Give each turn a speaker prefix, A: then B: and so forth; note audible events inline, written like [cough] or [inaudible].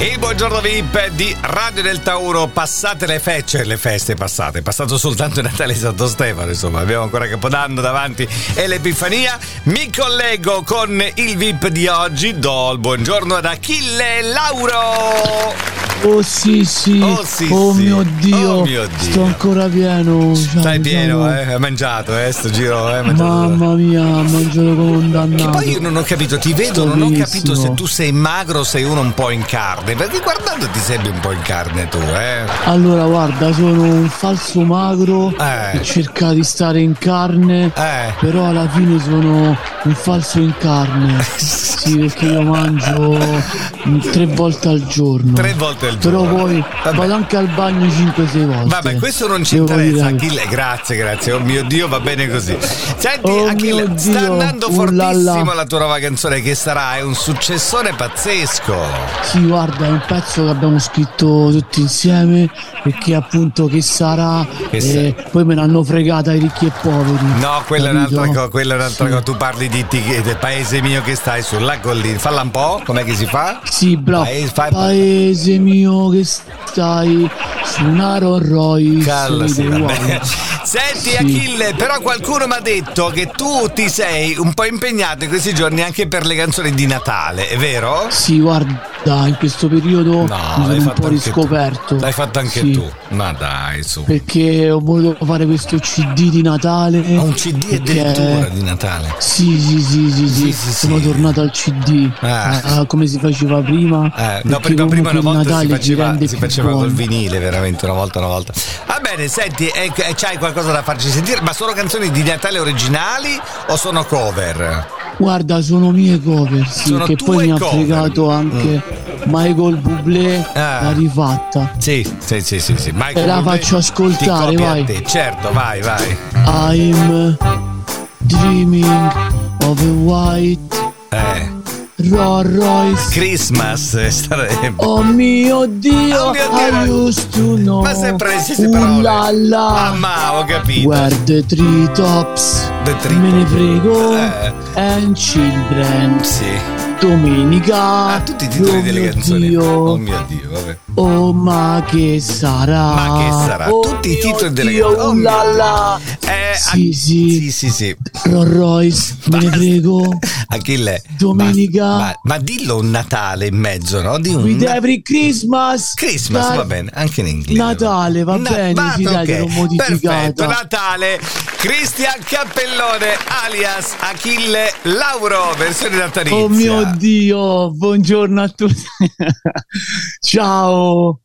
A: Il buongiorno VIP di Radio del Tauro, passate le fecce, le feste passate, è passato soltanto il Natale di Santo Stefano, insomma, abbiamo ancora Capodanno davanti e l'Epifania. Mi collego con il VIP di oggi, do il buongiorno ad Achille Lauro.
B: Oh sì sì,
A: Oh, sì,
B: Oh,
A: sì.
B: mio dio,
A: Oh, mio Dio.
B: sto ancora pieno. Ciao,
A: Stai pieno,
B: ciao.
A: eh? Hai mangiato, eh? Sto giro, eh? Hai mangiato.
B: Mamma mia, mangio come un dannato.
A: Poi io non ho capito, ti vedo, non ho capito
B: Bellissimo.
A: se tu sei magro o sei uno un po' in carne, perché guardando ti sembri un po' in carne tu, eh?
B: Allora guarda, sono un falso magro
A: Eh.
B: che cerca di stare in carne,
A: Eh.
B: però alla fine sono un falso
A: [laughs]
B: in carne. sì, perché io mangio mm, tre volte al giorno.
A: Tre volte al
B: Però
A: giorno.
B: poi
A: Vabbè.
B: vado anche al bagno 5-6 volte.
A: Vabbè, questo non ci
B: Devo
A: interessa,
B: dire-
A: Achille. Grazie, grazie. Oh mio Dio, va bene così. Senti,
B: Oh
A: Achille,
B: mio
A: sta
B: Dio, Uh,
A: andando
B: ullala.
A: fortissimo la tua nuova canzone che sarà è un successone pazzesco.
B: Sì, guarda, è un pezzo che abbiamo scritto tutti insieme e che appunto che sarà.
A: Che
B: eh, poi me l'hanno fregata i ricchi e poveri.
A: No, quella è un'altra
B: capito?
A: cosa, quella è un'altra
B: Sì.
A: cosa. Tu parli di ti- del paese mio che stai sulla collina. Falla un po', com'è che si fa?
B: Sì, bravo.
A: Paese-
B: Paese,
A: fai-
B: mio che stai su una Rolls Royce
A: Calma, sì,
B: dei
A: va
B: uomini.
A: bene. Senti
B: Sì.
A: Achille, però qualcuno mi ha detto che tu ti sei un po' impegnato in questi giorni anche per le canzoni di Natale, è vero?
B: Sì, guarda, in questo periodo
A: No,
B: mi sono
A: l'hai
B: un
A: fatto
B: po'
A: anche tu.
B: riscoperto.
A: L'hai fatto anche
B: Sì,
A: tu. Ma dai, su.
B: Perché ho voluto fare questo CD di Natale.
A: Ma Ah, un CD
B: perché-
A: addirittura di Natale.
B: Sì, sì, sì,
A: Sì,
B: sì, sì.
A: sì,
B: sono
A: sì.
B: tornato al CD
A: Ah.
B: Ah, come si faceva prima.
A: Eh,
B: perché
A: no, prima, prima
B: comunque
A: una
B: il
A: volta si
B: Natale ci
A: faceva,
B: rende
A: si
B: più
A: faceva col
B: buoni.
A: vinile, veramente, una volta, una volta. Va bene, senti, e- e c'hai qualcosa da farci sentire? Ma sono canzoni di Natale originali o sono cover?
B: Guarda, sono mie cover, sì,
A: Sono
B: che
A: tue
B: poi mi ha
A: cover. Mm.
B: fregato anche Michael Bublé,
A: Ah.
B: l'ha rifatta.
A: Sì, sì, sì, sì, sì. Michael
B: Te la
A: Bublé
B: faccio ascoltare,
A: ti copia a
B: vai.
A: te. Certo, vai, vai.
B: I'm dreaming of a white
A: Eh,
B: Rolls Royce.
A: Christmas eh, sarebbe.
B: Oh mio Dio,
A: Oh mio Dio.
B: I used to know.
A: Ma sempre le stesse
B: Uh
A: parole.
B: la la.
A: Ah, ma ho capito.
B: Where the tree tops
A: The tree
B: Me ne
A: tops.
B: frego
A: Eh.
B: And children
A: Sì.
B: Domenica
A: Ah, tutti i titoli
B: Oh
A: delle
B: mio
A: canzoni.
B: Dio.
A: Oh mio Dio, vabbè.
B: Oh ma che sarà
A: Ma che sarà?
B: Oh
A: Tutti i
B: mio
A: titoli delle
B: Dio,
A: canzoni. Oh
B: oh
A: mio
B: la
A: Dio.
B: la
A: Eh,
B: Sì,
A: ah,
B: sì.
A: sì, sì, sì.
B: Rolls Royce Me ne frego
A: Achille.
B: Domenica.
A: Ma, ma- ma dillo un Natale in mezzo, no? Di un
B: With
A: Natale.
B: every Christmas
A: Mm. Christmas,
B: Dai,
A: va bene, anche in inglese.
B: Natale, va bene, sì, dai,
A: ok.
B: te l'ho modificata.
A: Perfetto, Natale. Cristian Cappellone, alias Achille Lauro, versione natalizia.
B: Oh mio Dio, buongiorno a tutti. [laughs] Ciao.